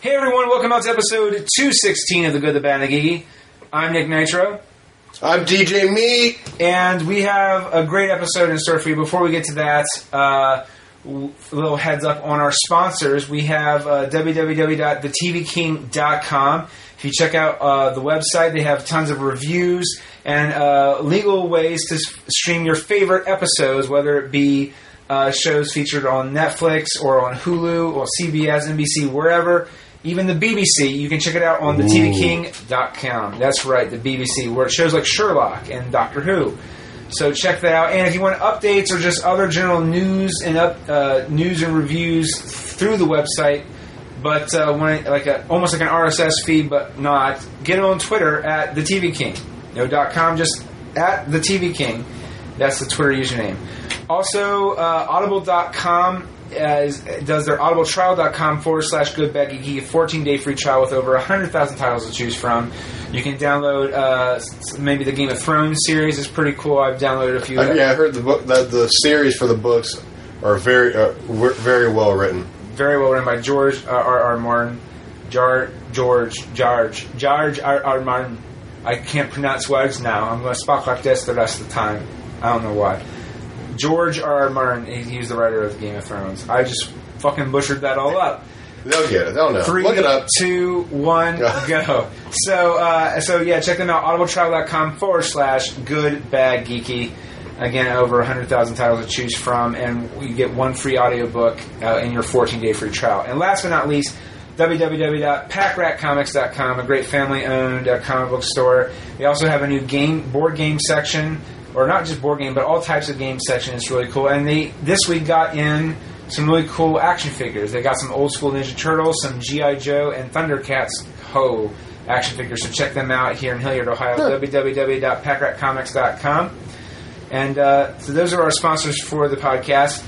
Hey everyone, welcome out to episode 216 of The Good, the Bad, and the Geeky. I'm Nick Nitro, I'm DJ Meat. and we have a great episode in store for you. Before we get to that, uh, w- a little heads up on our sponsors. We have uh, www.thetvking.com. If you check out uh, the website, they have tons of reviews and uh, legal ways to s- stream your favorite episodes, whether it be uh, shows featured on Netflix or on Hulu or CBS, NBC, wherever. Even the BBC, you can check it out on thetvking.com. That's right, the BBC, where it shows like Sherlock and Doctor Who. So check that out. And if you want updates or just other general news and up uh, news and reviews through the website, but uh, when it- like a, almost like an RSS feed, but not, get it on Twitter at the TV King. No dot com, just at the TV King. That's the Twitter username. Also, uh, audible.com as, uh, does their audibletrial.com forward slash good bad geeky, a 14 day free trial with over 100,000 titles to choose from. You can download uh, s- maybe the Game of Thrones series is pretty cool. I've downloaded a few. I, Uh, yeah, I heard the book that the series for the books are very uh, w- very well written. Very well written by George uh, R. R. Martin. Jar, George, George, George R. R. Martin. I can't pronounce words now. I'm going to speak like this the rest of the time. I don't know why. George R. R. Martin, he- he was the writer of Game of Thrones. I just fucking butchered that all up. They'll get it. They'll know. Three, Look it up. two, one, go. So, uh, so yeah, check them out. audibletrial.com forward slash good bad geeky. Again, over 100,000 titles to choose from, and you get one free audiobook uh, in your 14 day free trial. And last but not least, www.packratcomics.com, a great family owned uh, comic book store. They also have a new game board game section, or not just board game, but all types of game section. It's really cool. And they this week got in some really cool action figures. They got some old school Ninja Turtles, some GI Joe, and Thundercats Ho action figures. So check them out here in Hilliard, Ohio. www.packratcomics.com. And uh, so those are our sponsors for the podcast.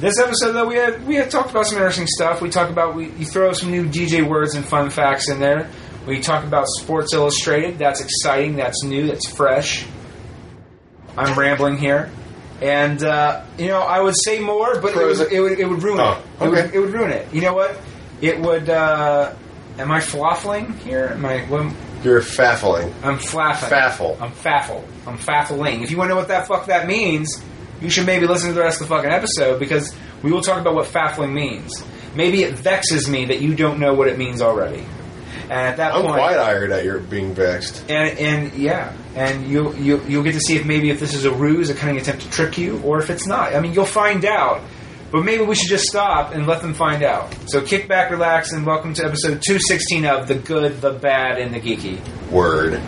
This episode, though, we had we had talked about some interesting stuff. We talked about we you throw some new DJ words and fun facts in there. We talk about Sports Illustrated. That's exciting. That's new. That's fresh. I'm rambling here, and uh, you know I would say more, but it Pros- would, it would it would ruin Oh, it. It would, okay. it would ruin it. You know what? It would. Uh, am I fluffling here? Am I? What, You're faffling. I'm flaffing. Faffle. I'm faffle. I'm faffling. If you want to know what that fuck that means, you should maybe listen to the rest of the fucking episode because we will talk about what faffling means. Maybe it vexes me that you don't know what it means already. And at that I'm point, wide eyed at your being vexed. and and yeah, and you you you'll get to see if maybe if this is a ruse, a cunning attempt to trick you, or if it's not. I mean, you'll find out. But maybe we should just stop and let them find out. So kick back, relax, and welcome to episode 216 of The Good, the Bad, and the Geeky. Word.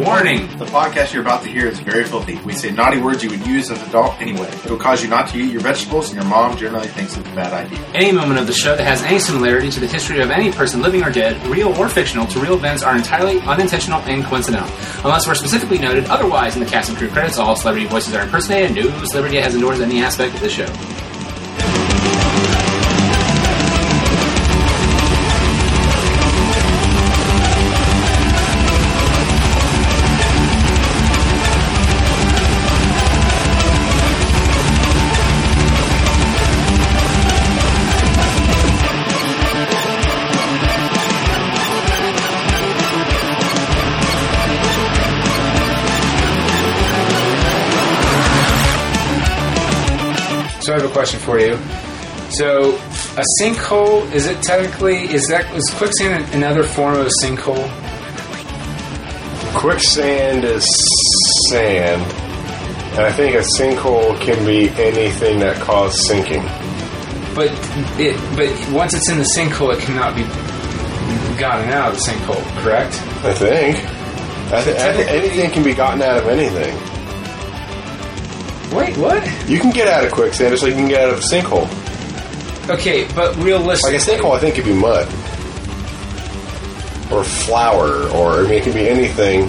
Warning! The podcast you're about to hear is very filthy. We say naughty words you would use as an adult anyway. It'll cause you not to eat your vegetables, and your mom generally thinks it's a bad idea. Any moment of the show that has any similarity to the history of any person living or dead, real or fictional, to real events are entirely unintentional and coincidental. Unless were specifically noted otherwise in the cast and crew credits, all celebrity voices are impersonated, and no celebrity has endorsed any aspect of the show. So I have a question for you. So a sinkhole is it technically is that is quicksand an- another form of a sinkhole? Quicksand is sand, and I think a sinkhole can be anything that caused sinking. But it but once it's in the sinkhole, it cannot be gotten out of the sinkhole. Correct. I think. I th- I think anything can be gotten out of anything. Wait, what? You can get out of quicksand just like you can get out of a sinkhole. Okay, but Like a realistically, sinkhole, I think could be mud or flour, or I mean, it could be anything.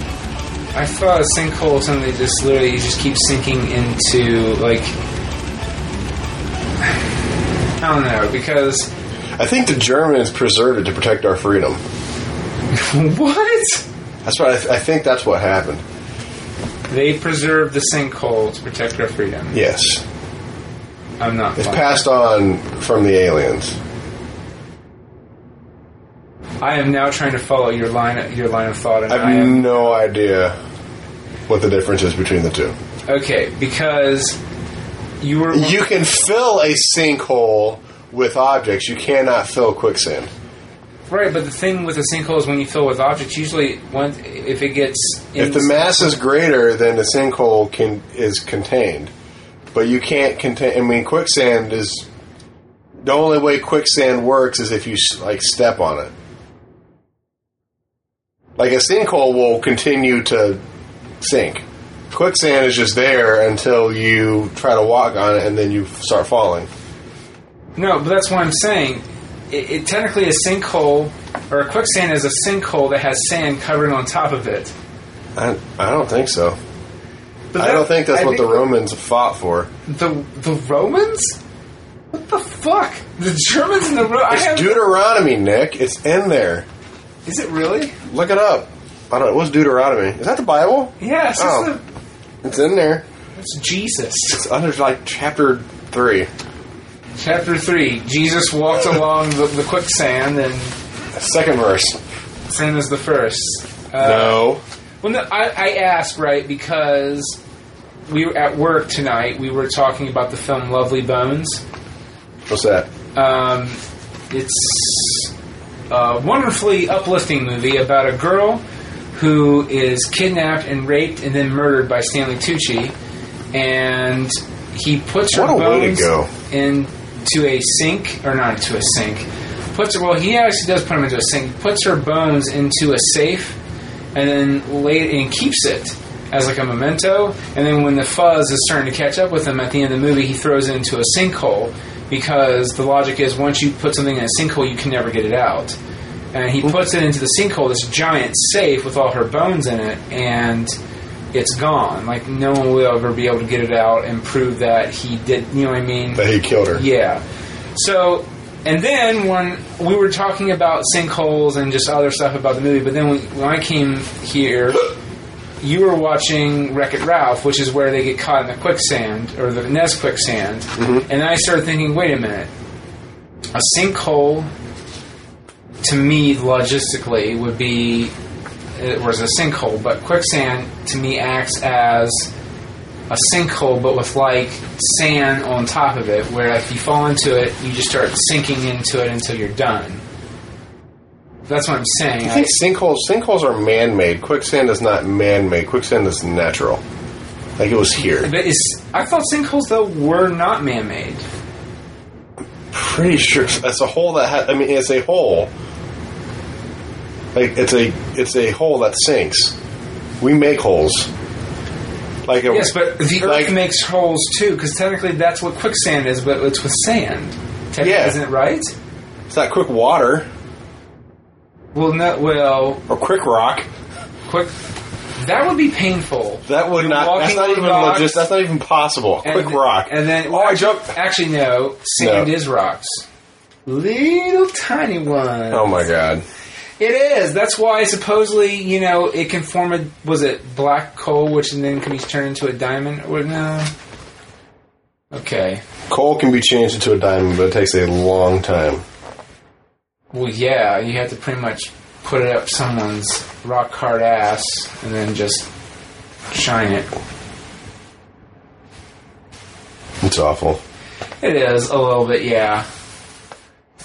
I thought a sinkhole was something that just literally you just keep sinking into like I don't know because I think the Germans preserved it to protect our freedom. what? That's what I, th- I think. That's what happened. They preserve the sinkhole to protect our freedom. Yes, I'm not. it's lying. passed on from the aliens. I am now trying to follow your line your line of thought, and I have I am no idea what the difference is between the two. okay because you were You can fill a sinkhole with objects. You cannot fill quicksand. right. But the thing with a sinkhole is when you fill with objects, usually once if it gets in, If the mass is greater than the sinkhole can is contained, but you can't contain. I mean, quicksand is the only way quicksand works is if you s- like step on it. Like a sinkhole will continue to sink. Quicksand is just there until you try to walk on it, and then you start falling. No, but that's what I'm saying. It, it technically a sinkhole or a quicksand is a sinkhole that has sand covering on top of it. I, I don't think so. But I that- don't think that's I what the Romans fought for. the the Romans? What the fuck? The Germans and the Ro- I It's have, Deuteronomy, Nick. It's in there. Is it really? Look it up. I don't. What's Deuteronomy? Is that the Bible? Yes. it's Oh. the- It's in there. It's Jesus. It's under like chapter three. Chapter 3. Jesus walked along the, the quicksand and Second verse. same as the first. Uh, no. Well, no, I, I asked, right, because we were at work tonight. We were talking about the film Lovely Bones. What's that? Um, it's a wonderfully uplifting movie about a girl who is kidnapped and raped and then murdered by Stanley Tucci, and he puts her What a way bones to go. into a sink or not into a sink. Puts her, well, he actually does put them into a sink. Puts her bones into a safe, and then lay and keeps it as like a memento. And then when the fuzz is starting to catch up with him at the end of the movie, he throws it into a sinkhole because the logic is once you put something in a sinkhole, you can never get it out. And he puts it into the sinkhole, this giant safe with all her bones in it, and it's gone. Like no one will ever be able to get it out and prove that he did. You know what I mean? That he killed her. Yeah. So, and then when we were talking about sinkholes and just other stuff about the movie, but then when, when I came here, you were watching Wreck It Ralph, which is where they get caught in the quicksand or the Nez quicksand, and I started thinking, wait a minute, a sinkhole to me logistically would be it was a sinkhole, but quicksand to me acts as a sinkhole, but with like sand on top of it, where if you fall into it, you just start sinking into it until you're done. That's what I'm saying. I think sinkholes sinkholes are man made. Quicksand is not man made. Quicksand is natural. Like it was here. but is, I thought sinkholes though were not man-made. Pretty sure that's a hole that ha- I mean it's a hole. Like it's a it's a hole that sinks. We make holes. Like a, Yes, but the Earth like- makes holes too, because technically that's what quicksand is, but it's with sand. Technically, Yeah. isn't it right? it's not quick water Well, no. Well, or quick rock. quick. That would be painful. That would You're not. walking That's not on even rocks, logis- That's not even possible. and- Quick rock. And then, oh, I actually, jumped. Actually, no. Sand No. is rocks. Little tiny one. Oh my god. It is. That's why supposedly, you know, it can form a was it black coal, which then can be turned into a diamond. Or no. Okay. Coal can be changed into a diamond, but it takes a long time. Well, yeah, you have to pretty much put it up someone's rock hard ass and then just shine it. It's awful. It is a little bit, yeah.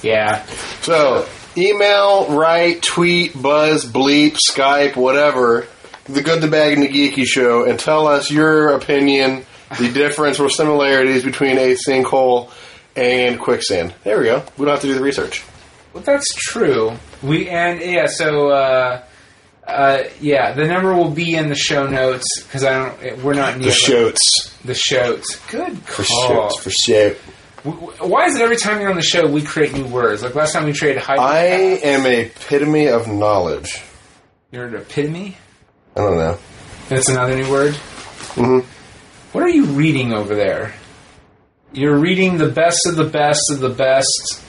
Yeah. So, email, write, tweet, buzz, bleep, Skype, whatever. The good, the bad, and the geeky show, and tell us your opinion, the difference or similarities between a sinkhole and quicksand. There we go. We don't have to do the research. Well, that's true. We and yeah, so uh, uh, yeah, the number will be in the show notes because I don't. We're not near The shoots. The shows. Good For call. shoots. For shoot. W- w- Why is it every time you're on the show we create new words? Like last time we created hyperpath. I am a epitome of knowledge. You're an epitome. I don't know. That's another new word. Mm-hmm. What are you reading over there? You're reading the best of the best of the best.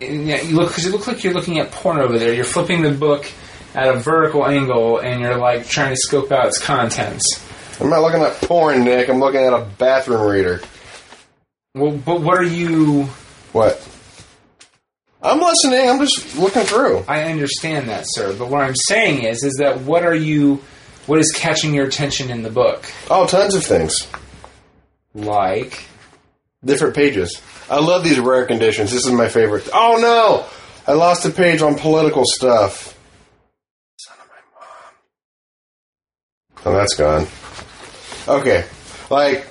And yeah, you look because you look like you're looking at porn over there. You're flipping the book at a vertical angle, and you're like trying to scope out its contents. I'm not looking at porn, Nick. I'm looking at a bathroom reader. Well, but what are you? What? I'm listening. I'm just looking through. I understand that, sir. But what I'm saying is, is that what are you? What is catching your attention in the book? Oh, tons of things. Like, Different pages. I love these rare conditions. This is my favorite. Oh no! I lost a page on political stuff. Son of my mom. Oh, that's gone. Okay. Like,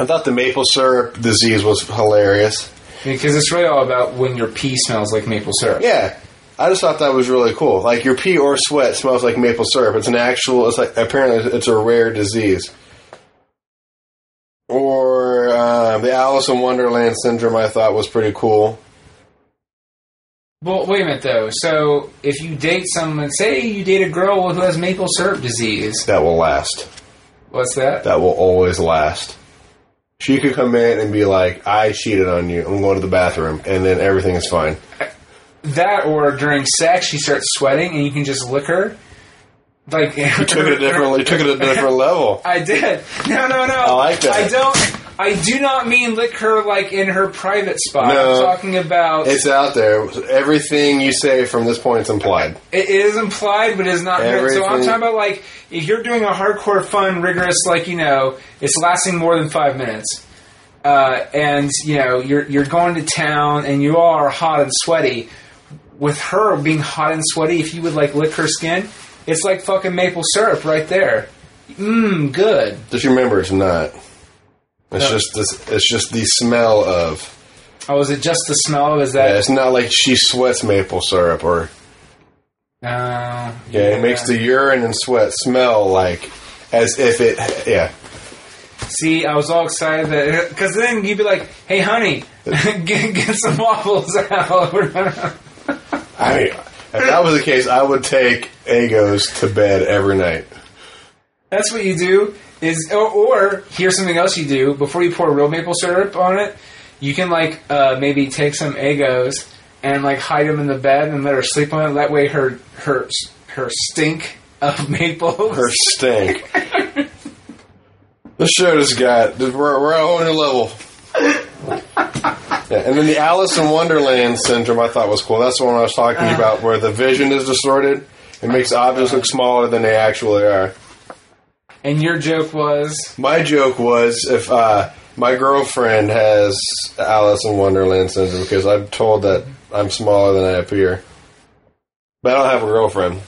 I thought the maple syrup disease was hilarious. because it's really all about when your pee smells like maple syrup. Yeah. I just thought that was really cool. Like your pee or sweat smells like maple syrup. It's an actual. It's like apparently it's a rare disease. Or uh, the Alice in Wonderland syndrome. I thought was pretty cool. Well, wait a minute though. So if you date someone, say you date a girl who has maple syrup disease, That will last. what's that? That will always last. She could come in and be like, "I cheated on you. I'm going to the bathroom," and then everything is fine. That or during sex, she starts sweating and you can just lick her. Like you Took it a different. Took it a different level. I did. No, no, no. I like that. I don't. I do not mean lick her like in her private spot. No. I'm talking about It's out there. Everything you say from this point is implied. It is implied, but it's not good. So I'm Everything- talking about like if you're doing a hardcore, fun, rigorous, like you know, it's lasting more than five minutes, uh, and you know you're you're going to town and you all are hot and sweaty. With her being hot and sweaty, if you would like lick her skin, it's like fucking maple syrup right there. Mmm, good. Just remember, it's not. It's just this. It's just the smell of. Oh, is it just the smell? Is Yeah, that? it's not like she sweats maple syrup or. Uh, Yeah, it makes the urine and sweat smell like as if it. Yeah, See, I was all excited that because then you'd be like, "Hey, honey, get, get some waffles out." I. If that was the case, I would take Agos to bed every night. That's what you do. Is or, or here's something else you do before you pour real maple syrup on it. You can like uh, maybe take some egos and like hide them in the bed and let her sleep on it. That way, her her her stink of maple. Her stink. this show just got. We're, we're at a whole new level. Yeah, and then the Alice in Wonderland syndrome I thought was cool. That's the one I was talking Uh-huh. about where the vision is distorted. It makes objects look smaller than they actually are. and your joke was My joke was if uh, my girlfriend has Alice in Wonderland syndrome because I'm told that I'm smaller than I appear. But I don't have a girlfriend.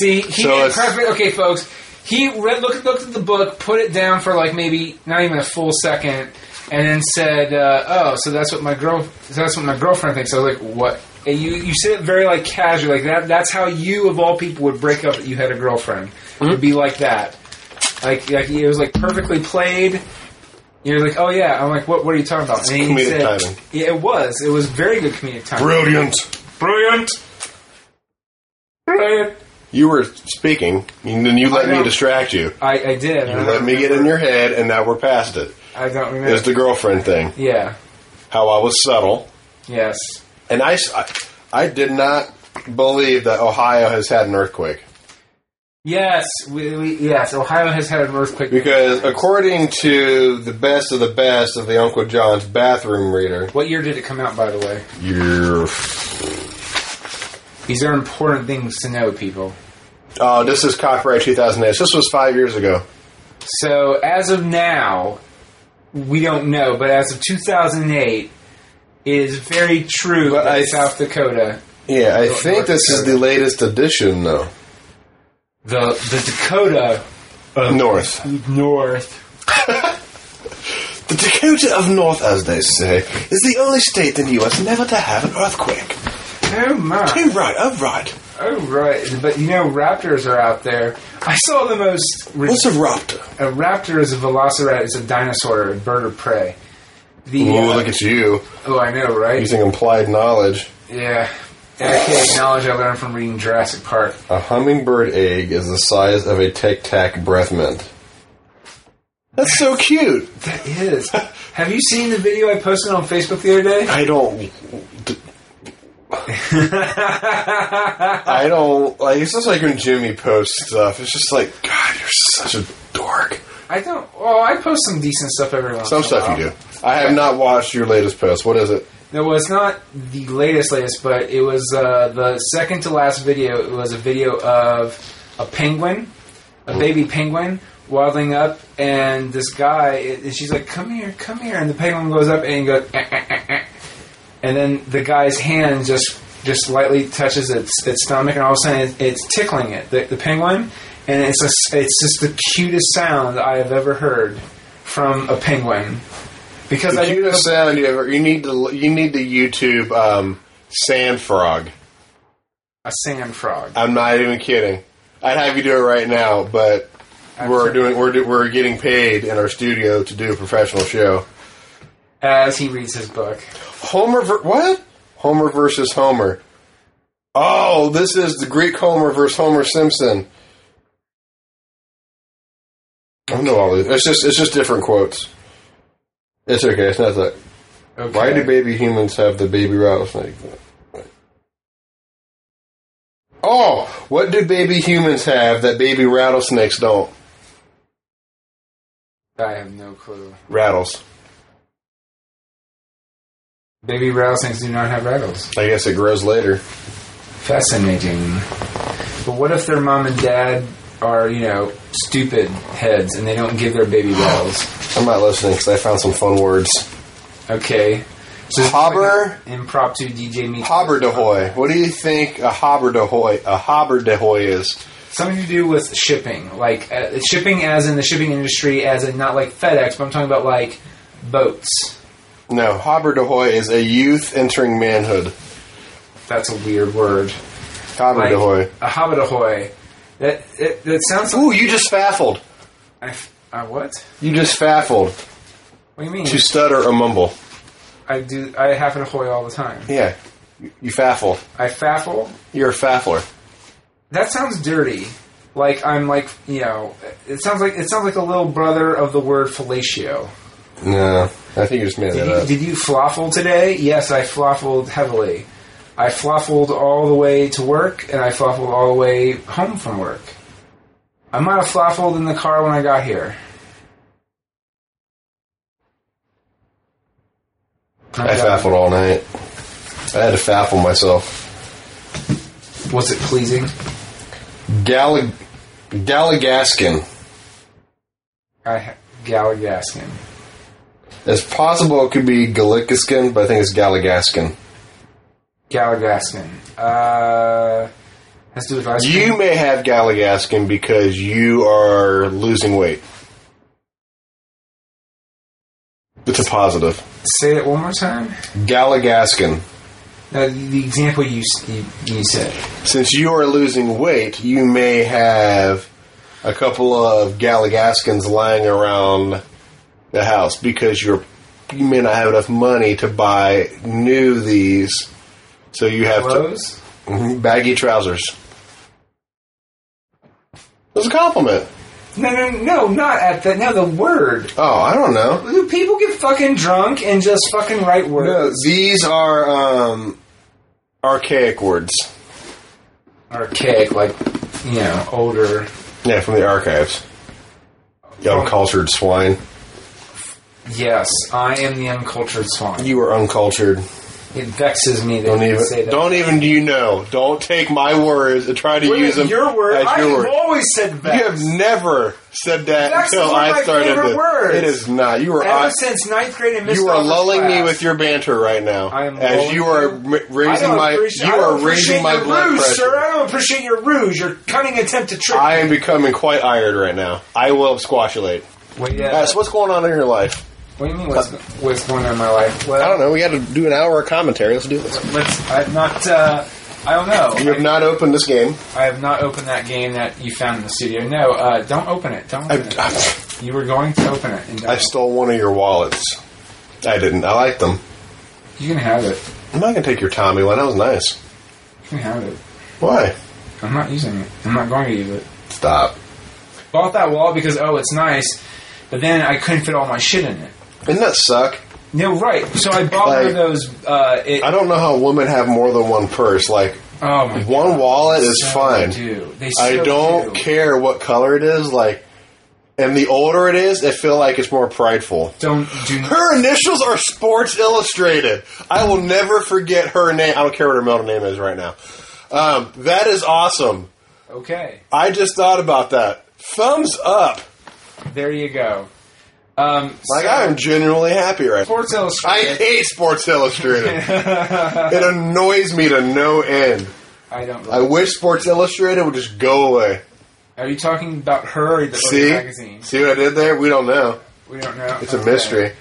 see he So made it's- perfect. Okay, folks, he read looked looked at the book, put it down for like maybe not even a full second, and then said, uh, "Oh, so that's what my girl so that's what my girlfriend thinks." I was like, "What?" And you you said it very like casually, like that. That's how you of all people would break up that you had a girlfriend. It would be like that. Like like it was like perfectly played. You're like, "Oh yeah." I'm like, "What? What are you talking about?" And he Comedic timing. "Yeah, it was. It was very good comedic timing. Brilliant. Brilliant." Brilliant. You were speaking, and then you let I know. me distract you. I, I did. You let me get in your head, and now we're past it. I don't It remember. was the girlfriend thing. yeah. How I was subtle. Yes. And I, s- I, I did not believe that Ohio has had an earthquake. Yes. We, we, yes. Ohio has had an earthquake. Because according to the best of the best of the Uncle John's bathroom reader, what year did it come out, by the way? you're. These are important things to know, people. Oh, this is copyright 2008. This was five years ago. So as of now, we don't know, but as of 2008, it is very true But that I- South Dakota, Yeah, I North- think North this is Dakota. the latest edition, though. the the Dakota North. North. The Dakota of North, as they say, is the only state in the U.S. never to have an earthquake. Oh my! right, oh right. Oh right, but you know raptors are out there. I saw the most rid- a raptor? a raptor is a velociraptor. It's a dinosaur, a bird of prey. The Ooh, uh, look at you. oh, I know, right? Using implied knowledge, Yeah, dedicated knowledge I learned from reading Jurassic Park. a hummingbird egg is the size of a Tic Tac breath mint. That's so cute. That is. Have you seen the video I posted on Facebook the other day? I don't. I don't like. It's just like when Jimmy posts stuff. It's just like, God, you're such a dork. I don't. Oh, I post some decent stuff every once. Some in a stuff while. you do. I have not watched your latest post. What is it? No, well, it's not the latest, latest, but it was uh, the second to last video. It was a video of a penguin, a baby penguin, waddling up, and this guy, and she's like, "Come here, come here," and the penguin goes up and goes, "Eh, eh, eh, eh." and then the guy's hand just just lightly touches its its stomach, and all of a sudden it, it's tickling it, the, the penguin, and it's a s it's just the cutest sound I have ever heard from a penguin. Because The I didn't cutest know- sound you ever. You need to. You need to YouTube um, sand frog. a sand frog. I'm not even kidding. I'd have you do it right now, but we're doing. We're do- we're getting paid in our studio to do a professional show. as he reads his book. Homer. Ver- what? Homer versus Homer. Oh, this is the Greek Homer versus Homer Simpson. I don't know all this. It's just it's just different quotes. It's okay. It's not that. Okay. Why do baby humans have the baby rattlesnake? Oh, what do baby humans have that baby rattlesnakes don't? I have no clue. Rattles. Baby rattlesnakes do not have rattles. I guess it grows later. Fascinating. But what if their mom and dad are, you know, stupid heads and they don't give their baby rattles? I'm not listening because I found some fun words. Okay. So this is Hobber. like an impromptu DJ meet. Hobbardahoy. What do you think a hobbardahoy a hobbardahoy is? Something to do with shipping, like uh, shipping as in the shipping industry, as in not like FedEx, but I'm talking about like boats. No, hobbardahoy is a youth entering manhood. That's a weird word. Like, Hobbardahoy. a hobbitahoy. That it, that sounds. Ooh, you just faffled. I f- I what? You just faffled. What do you mean? To stutter or mumble. I do. I happen to hoy all the time. Yeah. You, you faffle. I faffle. You're a faffler. That sounds dirty. Like I'm like you know. It sounds like it sounds like a little brother of the word fellatio. No, I think you just made that Did you, up. did you floffle today? Yes, I floffled heavily. I floffled all the way to work, and I floffled all the way home from work. I might have floffled in the car when I got here. I faffled all night. I had to faffle myself. Was it pleasing? Gallag- Galligaskin. I ha- Galagaskin. It's possible it could be Galligaskin, but I think it's Galligaskin. Galagaskin. Uh, has to do with ice cream. You may have Galligaskin because you are losing weight. It's a positive. Say that one more time. Galligaskin. Now, the, the example you, s- you you said. Since you are losing weight, you may have a couple of Galligaskins lying around the house because you're you may not have enough money to buy new these, so you have Clothes? to Mhm, baggy trousers. That's a compliment. No, no, no, not at the. No, the word. Oh, I don't know. Do People get fucking drunk and just fucking write No, words. these are um, archaic words. Archaic, like, you know, older. Yeah, from the archives. You uncultured swine. Yes, I am the uncultured swan. You are uncultured. it vexes me that Don't you even. say that. Don't even. You know. Don't take my words and try to Wait a use minute, them. your word. As I your have word. always said vex. You have never said that Vex is until one of I my started. favorite this. words. It is not. You are. Ever I, since ninth grade and you are lulling me class. with your banter right now. I am as lulling you are you. m- raising my. appreciate- You I are don't appreciate raising my your blood ruse, pressure. sir. I don't appreciate your ruse, your cunning attempt to trick. I am becoming quite ired right now. I will squashulate. Wait, yeah. Uh, so what's going on in your life? what do you mean? What's, what's going on in my life? Well, I don't know. We had to do an hour of commentary. Let's do this. Let's. I've not. Uh, I don't know. You have not opened this game. I have not opened that game that you found in the studio. No, uh, don't open it. Don't I, open it. I, you were going to open it. And I stole one of your wallets. I didn't. I like them. you can have it. I'm not gonna take your Tommy one. That was nice. You can have it. Why? I'm not using it. I'm not going to use it. Stop. Bought that wall because oh, it's nice, but then I couldn't fit all my shit in it. Doesn't that suck? No, right. So I bought one Like- of those. Uh, it, I don't know how women have more than one purse. Like oh my one wallet is So fine. Do. They so I don't do. care what color it is. Like And the older it is, I feel like it's more prideful. Don't do. Her initials are Sports Illustrated. I will never forget her name. I don't care what her middle name is right now. Um, that is awesome. Okay, I just thought about that. Thumbs up. there you go. Um, Like so- I am genuinely happy right now. Sports I Illustrated. hate Sports Illustrated. it annoys me to no end. I don't. I Really, wish Sports Illustrated would just go away. are you talking about her or the, or the See? magazine? See what I did there? We don't know. We don't know. It's a Okay. mystery.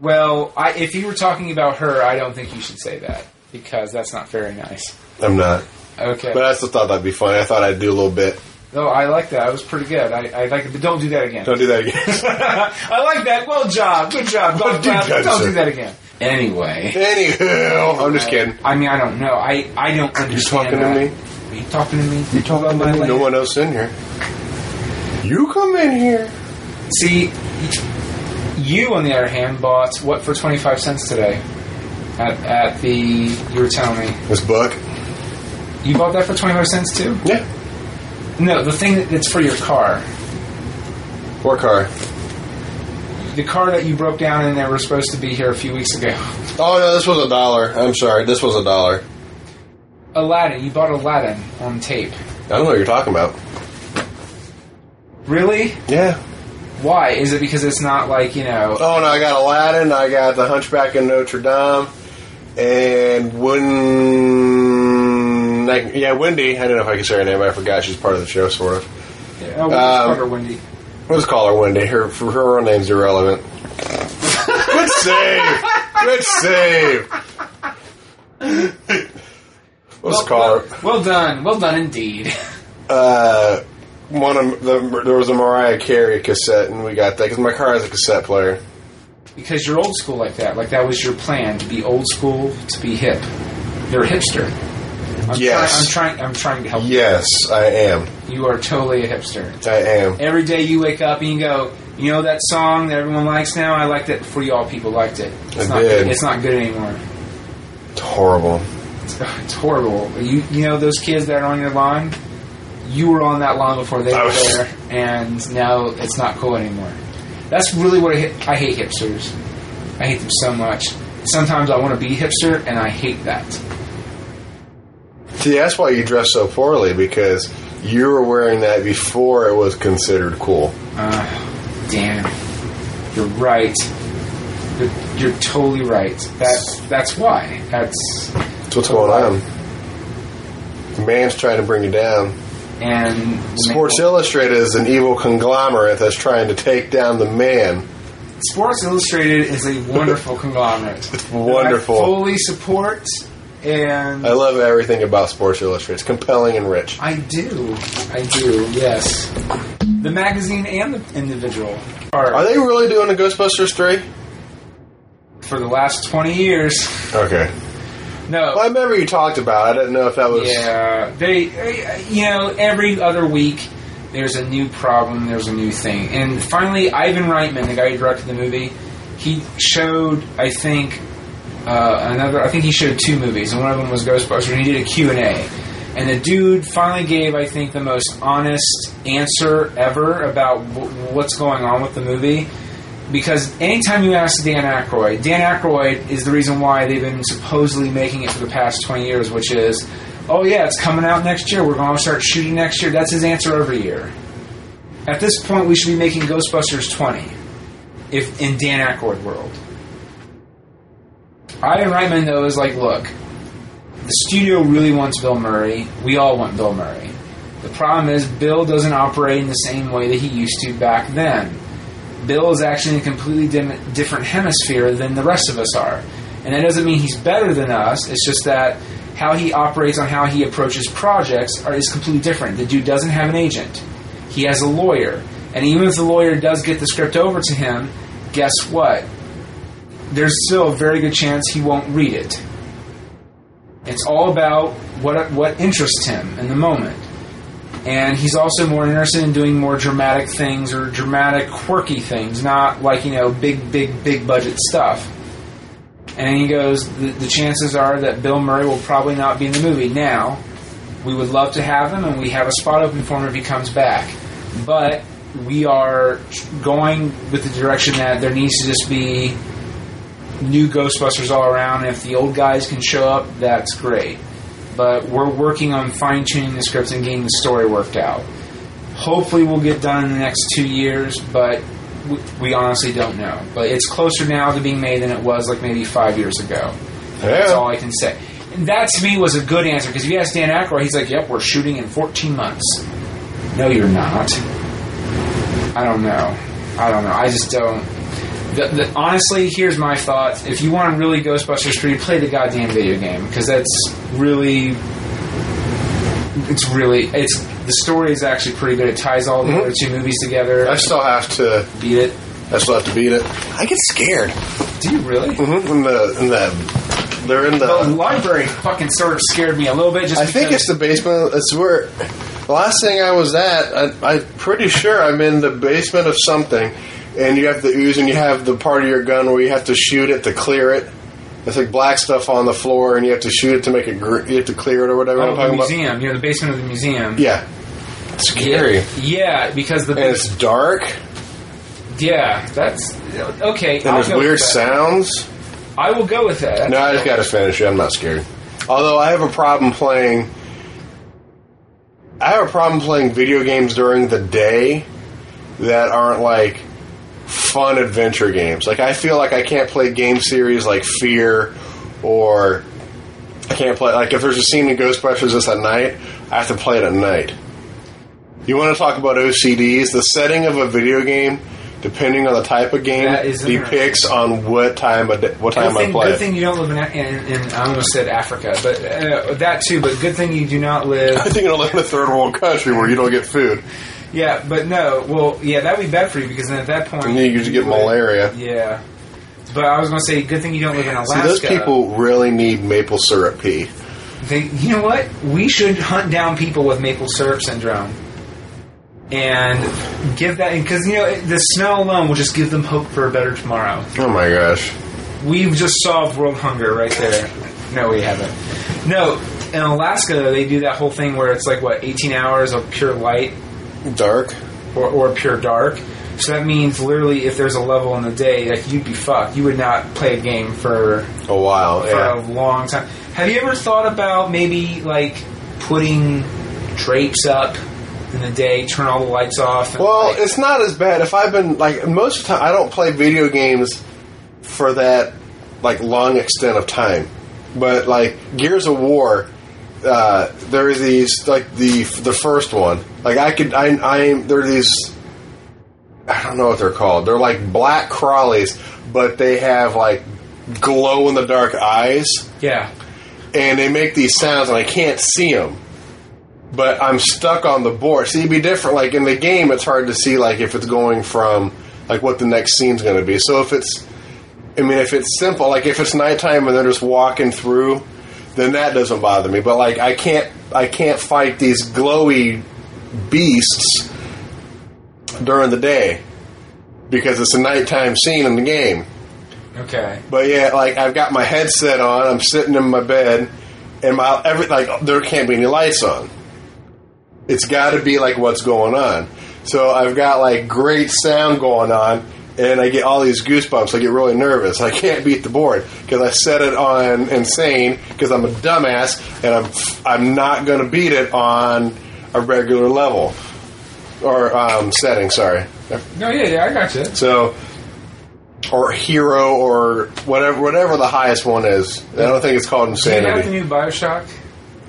Well, I, if you were talking about her, I don't think you should say that because that's not very nice. I'm not. Okay. But I still thought that'd be funny. I thought I'd do a little bit. No, I like that. I was pretty good. I, I like it, but don't do that again. Don't do that again. I like that. Well job. Good job. Don't, do that, don't sir. do that again. Anyway. Anywho, I'm just kidding. I mean, I don't know. I, I don't understand. talking to that. me? Are you talking to me? You talking about my life? No one else in here. You come in here. See, you on the other hand bought what for twenty five cents today? At, at the you were telling me This book. you bought that for twenty five cents too. Yeah. No, the thing that- that's for your car, Work hard. the car that you broke down and that were supposed to be here a few weeks ago. Oh no, this was a dollar. I'm sorry. This was a dollar. Aladdin, you bought Aladdin on tape. I don't know what you're talking about. Really? Yeah. Why? Is it because it's not like you know? Oh no, I got Aladdin. I got The Hunchback of Notre Dame, and Win. I- Yeah, Wendy. I don't know if I can say her name. I forgot she's part of the show, sort of. Oh, Um, Carter Wendy. Let's call her Wendy. Her her real name's irrelevant. Good save. Good save. Let's call her. Well, well done. Well done indeed. uh, one of the there was a Mariah Carey cassette, and we got that because my car has a cassette player. because you're old school like that. Like that was your plan to be old school, to be hip. You're a hipster. I'm Yes. Trying, I'm trying. I'm trying to help. you. Yes, I am. You are totally a hipster. I am. Every day you wake up and you go, you know that song that everyone likes now. I liked it before you all people liked it. It's I not. did. Good. It's not good anymore. It's horrible. It's, it's horrible. You you know those kids that are on your lawn. You were on that lawn before they I were was- there, and now it's not cool anymore. That's really what I, hate- I hate hipsters. I hate them so much. Sometimes I want to be hipster, and I hate that. See, that's why you dress so poorly because you were wearing that before it was considered cool. Uh, damn, you're right. You're, you're totally right. That's that's why. That's That's what's going on. The man's trying to bring you down. and Sports Illustrated is an evil conglomerate that's trying to take down the man. Sports Illustrated is a wonderful conglomerate. wonderful. That I fully support, and I love everything about Sports Illustrated. It's compelling and rich. I do. I do. Yes. The magazine and the individual are, Are they really doing a Ghostbusters 3? for the last twenty years. Okay. No. Well, I remember you talked about. it. I didn't know if that was. Yeah, they, uh, you know, every other week there's a new problem, there's a new thing. And finally, Ivan Reitman, the guy who directed the movie, he showed, I think, uh, another, I think he showed two movies, and one of them was Ghostbusters, and he did a Q&A. And the dude finally gave, I think, the most honest answer ever about w- what's going on with the movie. Because anytime you ask Dan Aykroyd, Dan Aykroyd is the reason why they've been supposedly making it for the past 20 years, which is, oh yeah, it's coming out next year. We're going to start shooting next year. That's his answer every year. At this point, we should be making Ghostbusters 20, if in Dan Aykroyd world. Ivan Reitman though is like, look, the studio really wants Bill Murray. We all want Bill Murray. The problem is Bill doesn't operate in the same way that he used to back then. Bill is actually in a completely dim- different hemisphere than the rest of us are. And that doesn't mean he's better than us, it's just that how he operates on how he approaches projects are, is completely different. The dude doesn't have an agent, he has a lawyer. And even if the lawyer does get the script over to him, guess what? There's still a very good chance he won't read it. It's all about what, what interests him in the moment and he's also more interested in doing more dramatic things or dramatic quirky things not like you know big big big budget stuff and he goes the, the chances are that bill murray will probably not be in the movie now we would love to have him and we have a spot open for him if he comes back but we are going with the direction that there needs to just be new Ghostbusters all around. And if the old guys can show up, that's great. But we're working on fine tuning the scripts and getting the story worked out. Hopefully, we'll get done in the next two years, but we, we honestly don't know. But it's closer now to being made than it was like maybe five years ago. That's all I can say. And that to me was a good answer because if you ask Dan Aykroyd, he's like, "Yep, we're shooting in 14 months." No, you're not. I don't know. I don't know. I just don't. The, the, honestly, here's my thoughts. If you want to really Ghostbusters 3, play the goddamn video game because that's really. It's really. It's the story is actually pretty good. It ties all the Mm-hmm. other two movies together. I still have to. Beat it. I still have to beat it. I get scared. Do you really? Mhm, In the in the they're in The the. library fucking sort of scared me a little bit. Just I think because- it's the basement. It's where the last thing I was at. I, I'm pretty sure I'm in the basement of something, and you have the ooze, and you have the part of your gun where you have to shoot it to clear it. It's like black stuff on the floor, and you have to shoot it to make it. Gr- you have to clear it or whatever. oh, I'm talking the about. museum. You're in the basement of the museum. Yeah, it's scary, Yeah, because the and it's dark, yeah, that's okay. and I'll there's go weird with that. sounds. I will go with that. No, I just got to finish it. I'm not scared. Although I have a problem playing. I have a problem playing video games during the day that aren't like fun adventure games. Like I feel like I can't play game series like Fear or I can't play like if there's a scene in Ghostbusters that's at night, I have to play it at night. You want to talk about OCDs? The setting of a video game, depending on the type of game, That is depicts on what time of day, what time Good I thing, play. good it. thing you don't live in, in, in I almost said Africa, but uh, that too. But good thing you do not live. I think it'll live in a third world country where you don't get food. Yeah, but no. Well, yeah, that'd be bad for you because then at that point And then you just get would- malaria. Yeah, but I was gonna say, good thing you don't live in See, Alaska. those people really need maple syrup pee. They, you know what? We should hunt down people with maple syrup syndrome and give that because you know it- the smell alone will just give them hope for a better tomorrow. Oh my gosh. We've just solved world hunger right there. No, we haven't. No, in Alaska they do that whole thing where it's like what 18 hours of pure light Dark. or, or pure dark. So that means literally if there's a level in the day, like you'd be fucked. You would not play a game for A while. for Yeah. a long time. Have you ever thought about maybe like putting drapes up in the day, turn all the lights off? And, Well, like, it's not as bad. If I've been like most of the time, I don't play video games for that like long extent of time. But like Gears of War, uh, there is these like the the first one. Like I could I I there are these I don't know what they're called. They're like black crawlies, but they have like glow in the dark eyes, yeah, and they make these sounds, and I can't see them. But I'm stuck on the board. See, it'd be different. Like in the game, it's hard to see like if it's going from like what the next scene's going to be. So if it's, I mean, if it's simple, like if it's nighttime and they're just walking through, then that doesn't bother me. But like I can't, I can't fight these glowy beasts during the day because it's a nighttime scene in the game. okay. But yeah, like I've got my headset on, I'm sitting in my bed, and my every like there can't be any lights on. It's got to be like what's going on. So I've got like great sound going on, and I get all these goosebumps. I get really nervous. I can't beat the board because I set it on insane because I'm a dumbass, and I'm I'm not going to beat it on a regular level or um, setting. Sorry, No, yeah, yeah, I got you. so, or hero, or whatever, whatever the highest one is. I don't think it's called Do you have the insanity. new Bioshock?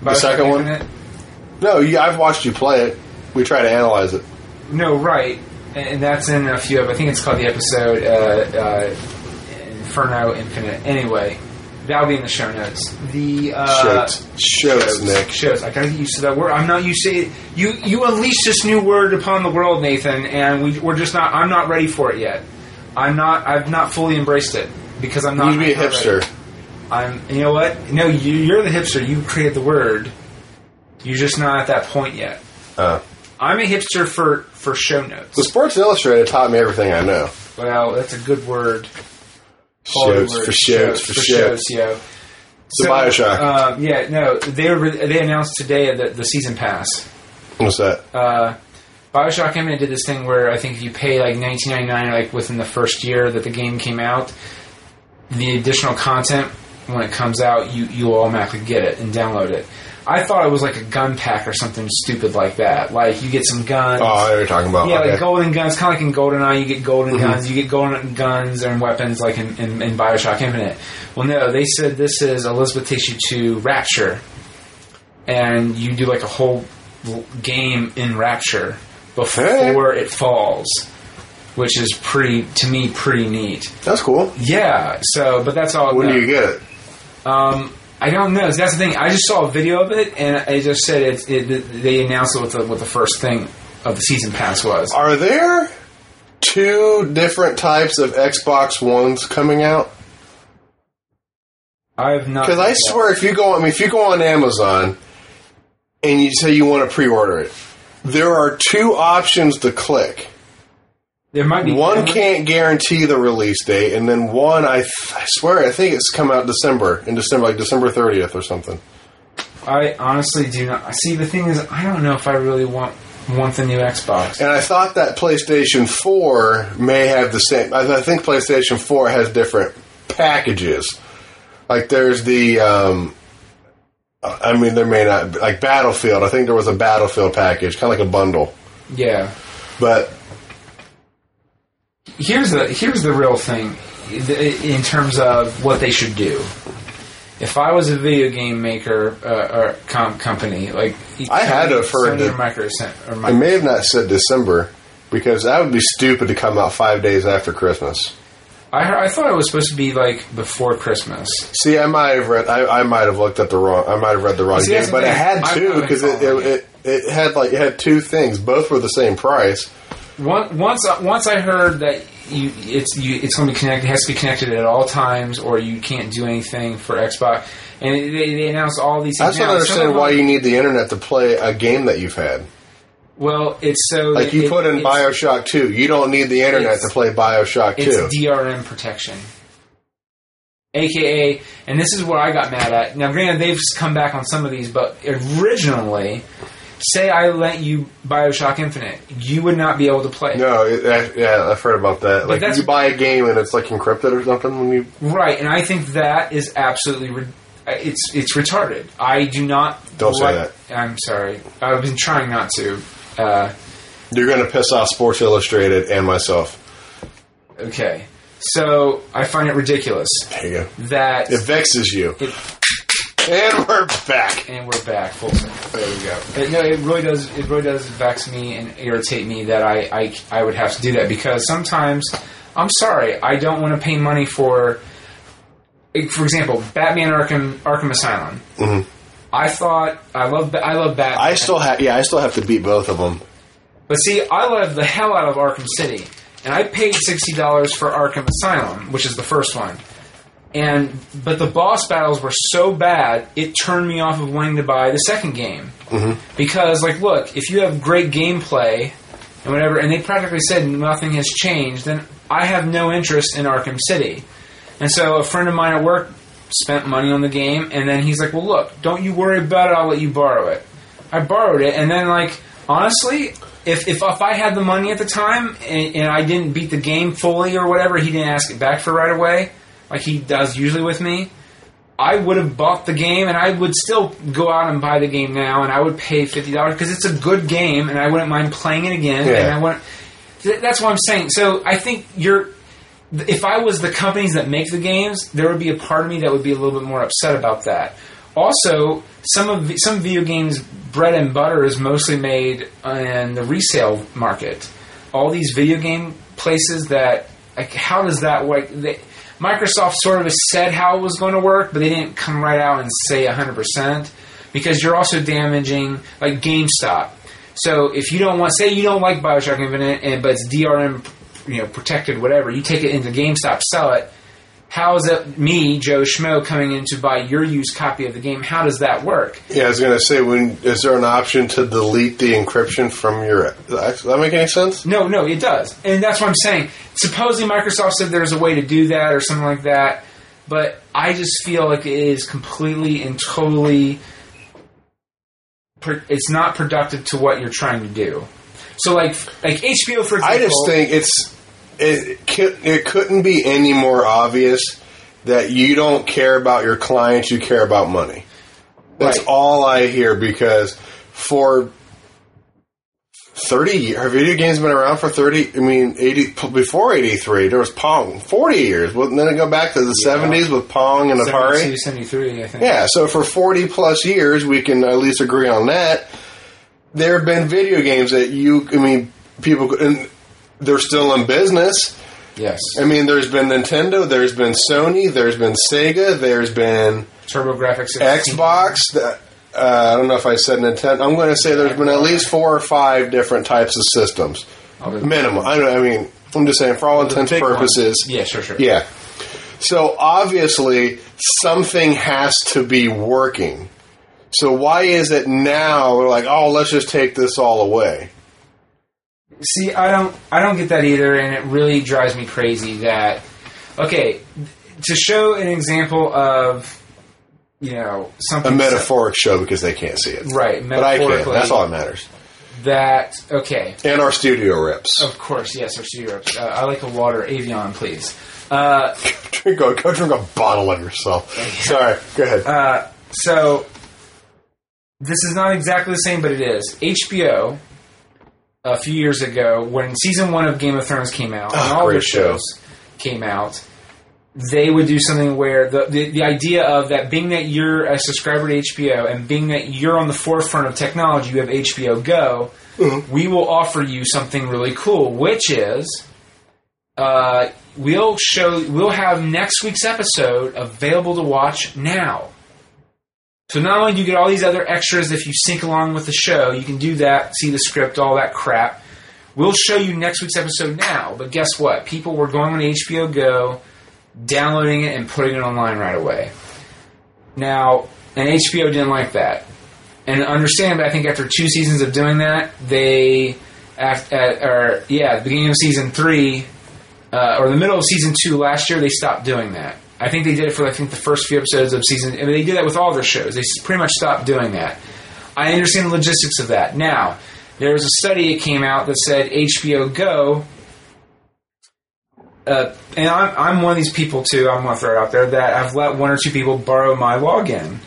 Bioshock second one? Infinite? No, you, I've watched you play it. We try to analyze it. No, right, and and that's in a few of. I think it's called the episode uh, uh, Inferno Infinite. Anyway, that'll be in the show notes. The uh, Shows, shows, Nick. shows. I gotta get used to that word. I'm not used to it. You you unleash this new word upon the world, Nathan, and we, we're just not. I'm not ready for it yet. I'm not. I've not fully embraced it because I'm not. You'd be a I'm not hipster. ready. I'm. You know what? No, you, you're the hipster. You created the word. You're just not at that point yet. Uh, I'm a hipster for for show the notes. Sports Illustrated taught me everything I know. Well, that's a good word. Quality Shows word. for shows for shows. Yeah. The Bioshock. Um, yeah. No, they were, they announced today that the season pass. What's that? uh, Bioshock Infinite did this thing where I think if you pay like 19.99 like within the first year that the game came out, the additional content when it comes out, you you will automatically get it and download it. I thought it was like a gun pack or something stupid like that. Like you get some guns. Oh, I know what you're talking about. Yeah, okay. Mm-hmm. like golden guns, kind of like in GoldenEye, you get golden guns, you get golden guns and weapons like in, in, in Bioshock Infinite. Well, no, they said this is Elizabeth takes you to Rapture, and you do like a whole l- game in Rapture before it falls, which is pretty to me pretty neat. That's cool. Yeah, so but that's all. When no. do you get it? Um, I don't know. That's the thing. I just saw a video of it, and I just said it. it they announced what the what the first thing of the season pass was. Are there two different types of Xbox Ones coming out? I've not Because I swear, if you go, I mean, if you go on Amazon and you say you want to pre-order it, there are two options to click. There might be One can't guarantee the release date, and then one, I, th- I swear, I think it's come out December in December, like December thirtieth or something. I honestly do not see. The thing is, I don't know if I really want want the new Xbox. And I thought that PlayStation Four may have the same. I, I think PlayStation Four has different packages. Like there's the, um, I mean, there may not like Battlefield. I think there was a Battlefield package, kind of like a bundle, Yeah. but Here's the here's the real thing th- in terms of what they should do. If I was a video game maker uh, or com- company, like I had to have heard Sony or that- Microsoft or I Microsoft. may have not said December because that would be stupid to come out five days after Christmas. I, heard, I thought it was supposed to be like before Christmas. See, I might have read. I, I might have looked at the wrong. I might have read the wrong See, that's game, but the it thing. had I- two I because it follow it, it it had like it had two things. Both were the same price. Once once uh, once I heard that you it's you it's going to be connected it has to be connected at all times or you can't do anything for Xbox and they, they announced all these. I things just don't now. Some of understand them- why you need the internet to play a game that you've had. Well, it's so Like that you it- put in it's- Bioshock Two, you don't need the internet It's- to play Bioshock It's Two. DRM protection, aka, and this is what I got mad at. Now, granted, they've come back on some of these, but originally, say I lent you Bioshock Infinite, you would not be able to play. it. No, it, that- yeah, I've heard about that. Like that's- you buy a game and it's like encrypted or something when you Right, and I think that is absolutely re- it's it's retarded. I do not Don't say that. I'm sorry. I've been trying not to. Uh, you're going to piss off Sports Illustrated and myself. okay, so I find it ridiculous There you go. that It vexes you. It- and we're back. and we're back full circle. There we go. But no, it really does. It really does vex me and irritate me that I I, I would have to do that because sometimes I'm sorry I don't want to pay money for. like, For example, Batman Arkham Arkham Asylum. I thought I love I love Batman. Mm-hmm. I still have yeah, I still have to beat both of them. But see, I love the hell out of Arkham City, and I paid sixty dollars for Arkham Asylum, which is the first one. And but the boss battles were so bad, it turned me off of wanting to buy the second game because, like, look, if you have great gameplay and whatever, and they practically said nothing has changed, then I have no interest in Arkham City. And so a friend of mine at work spent money on the game, and then he's like, "Well, look, don't you worry about it. I'll let you borrow it." I borrowed it, and then like honestly, if if, if I had the money at the time and, and I didn't beat the game fully or whatever, he didn't ask it back for right away, like he does usually with me. I would have bought the game, and I would still go out and buy the game now, and I would pay fifty dollars because it's a good game, and I wouldn't mind playing it again. And Yeah. I wouldn't. Th- that's what I'm saying. So I think you're if I was the companies that make the games, there would be a part of me that would be a little bit more upset about that. Also, some of some video games bread and butter is mostly made in the resale market. All these video game places that like how does that work? They, Microsoft sort of said how it was going to work, but they didn't come right out and say 100% because you're also damaging like GameStop. So if you don't want, say you don't like Bioshock Infinite, and but it's DRM, you know, protected, whatever. You take it into GameStop, sell it. How is it me, Joe Schmo, coming in to buy your used copy of the game? How does that work? Yeah, I was gonna say, when is there an option to delete the encryption from your? Does that make any sense? No, no, it does, and that's what I'm saying. Supposedly Microsoft said there's a way to do that or something like that, but I just feel like it is completely and totally. pr- It's not productive to what you're trying to do. So like like HBO for example, I just think it's it cou- it couldn't be any more obvious that you don't care about your clients, you care about money. That's Right. all I hear because for thirty years, video games have been around for thirty. I mean, eighty p- before eighty three, there was Pong forty years. Well, then it go back to the seventies with Pong and Atari. 72, 73, I think. Yeah, so for 40 plus years, we can at least agree on that. There have been video games that you, I mean, people, and they're still in business. Yes. I mean, there's been Nintendo, there's been Sony, there's been Sega, there's been TurboGrafx Xbox. the- Uh, I don't know if I said Nintendo. I'm going to say there's been at least four or five different types of systems. Minimum. I, don't, I mean, I'm just saying, for all intents and big ones. purposes. Yeah, sure, sure. Yeah. So obviously something has to be working. So why is it now we're like, oh, let's just take this all away? See, I don't, I don't get that either, and it really drives me crazy that. Okay, to show an example of, you know, A something metaphoric show because they can't see it. Right, But I can. metaphorically. That's all that matters. that okay, And our studio reps. of course, yes, or Europe. Uh, I like a water avion, please. Uh, Drink a, go drink a bottle of yourself. Sorry. Go ahead. Uh, so this is not exactly the same, but it is. HBO a few years ago, when season one of Game of Thrones came out, and all great their shows came out, they would do something where the, the the idea of that being that you're a subscriber to HBO and being that you're on the forefront of technology, you have HBO Go. We will offer you something really cool, which is uh, we'll show we'll have next week's episode available to watch now. So not only do you get all these other extras if you sync along with the show, you can do that, see the script, all that crap. We'll show you next week's episode now, but guess what? People were going on HBO Go, downloading it and putting it online right away. Now, and HBO didn't like that. And understand, I think after two seasons of doing that, they, after, or yeah, at the beginning of season three, uh, or the middle of season two last year, they stopped doing that. I think they did it for I think the first few episodes of season. I mean, they did that with all their shows. They s- pretty much stopped doing that. I understand the logistics of that. Now, there was a study that came out that said HBO Go. Uh, and I'm, I'm one of these people too. I'm going to throw it out there that I've let one or two people borrow my login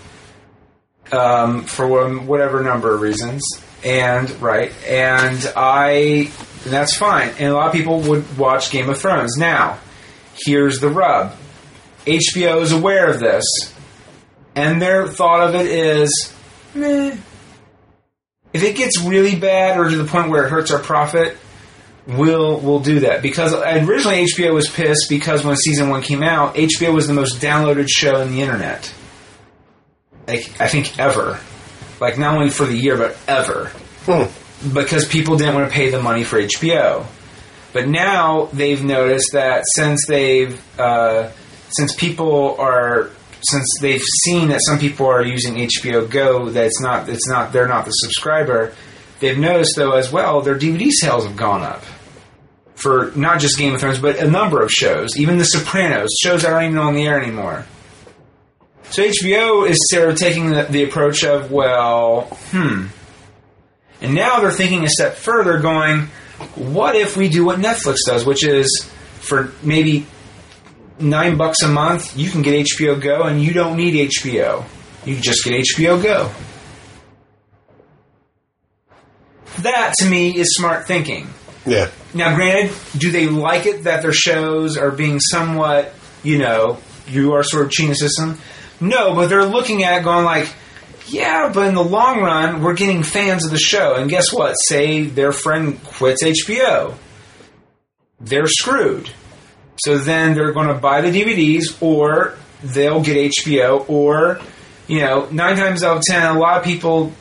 um, for wh- whatever number of reasons. And right, and I, and that's fine. And a lot of people would watch Game of Thrones. Now, here's the rub: HBO is aware of this, and their thought of it is, meh. If it gets really bad or to the point where it hurts our profit, we'll we'll do that because originally HBO was pissed because when season one came out, HBO was the most downloaded show in the internet like I think ever, like not only for the year but ever, Hmm. because people didn't want to pay the money for HBO. But now they've noticed that since they've uh, since people are since they've seen that some people are using HBO Go that it's not it's not they're not the subscriber. They've noticed though as well their DVD sales have gone up for not just Game of Thrones but a number of shows, even The Sopranos, shows that aren't even on the air anymore. So HBO is sort of taking the, the approach of, well, hmm. And now they're thinking a step further, going, what if we do what Netflix does, which is for maybe nine bucks a month, you can get HBO Go and you don't need HBO. You just get HBO Go. That, to me, is smart thinking. yeah. Now, granted, do they like it that their shows are being somewhat, you know, you are sort of cheating the system? No, but they're looking at it going like, yeah, but in the long run, we're getting fans of the show. And guess what? Say their friend quits HBO. They're screwed. So then they're going to buy the DVDs or they'll get HBO or, you know, nine times out of ten, a lot of people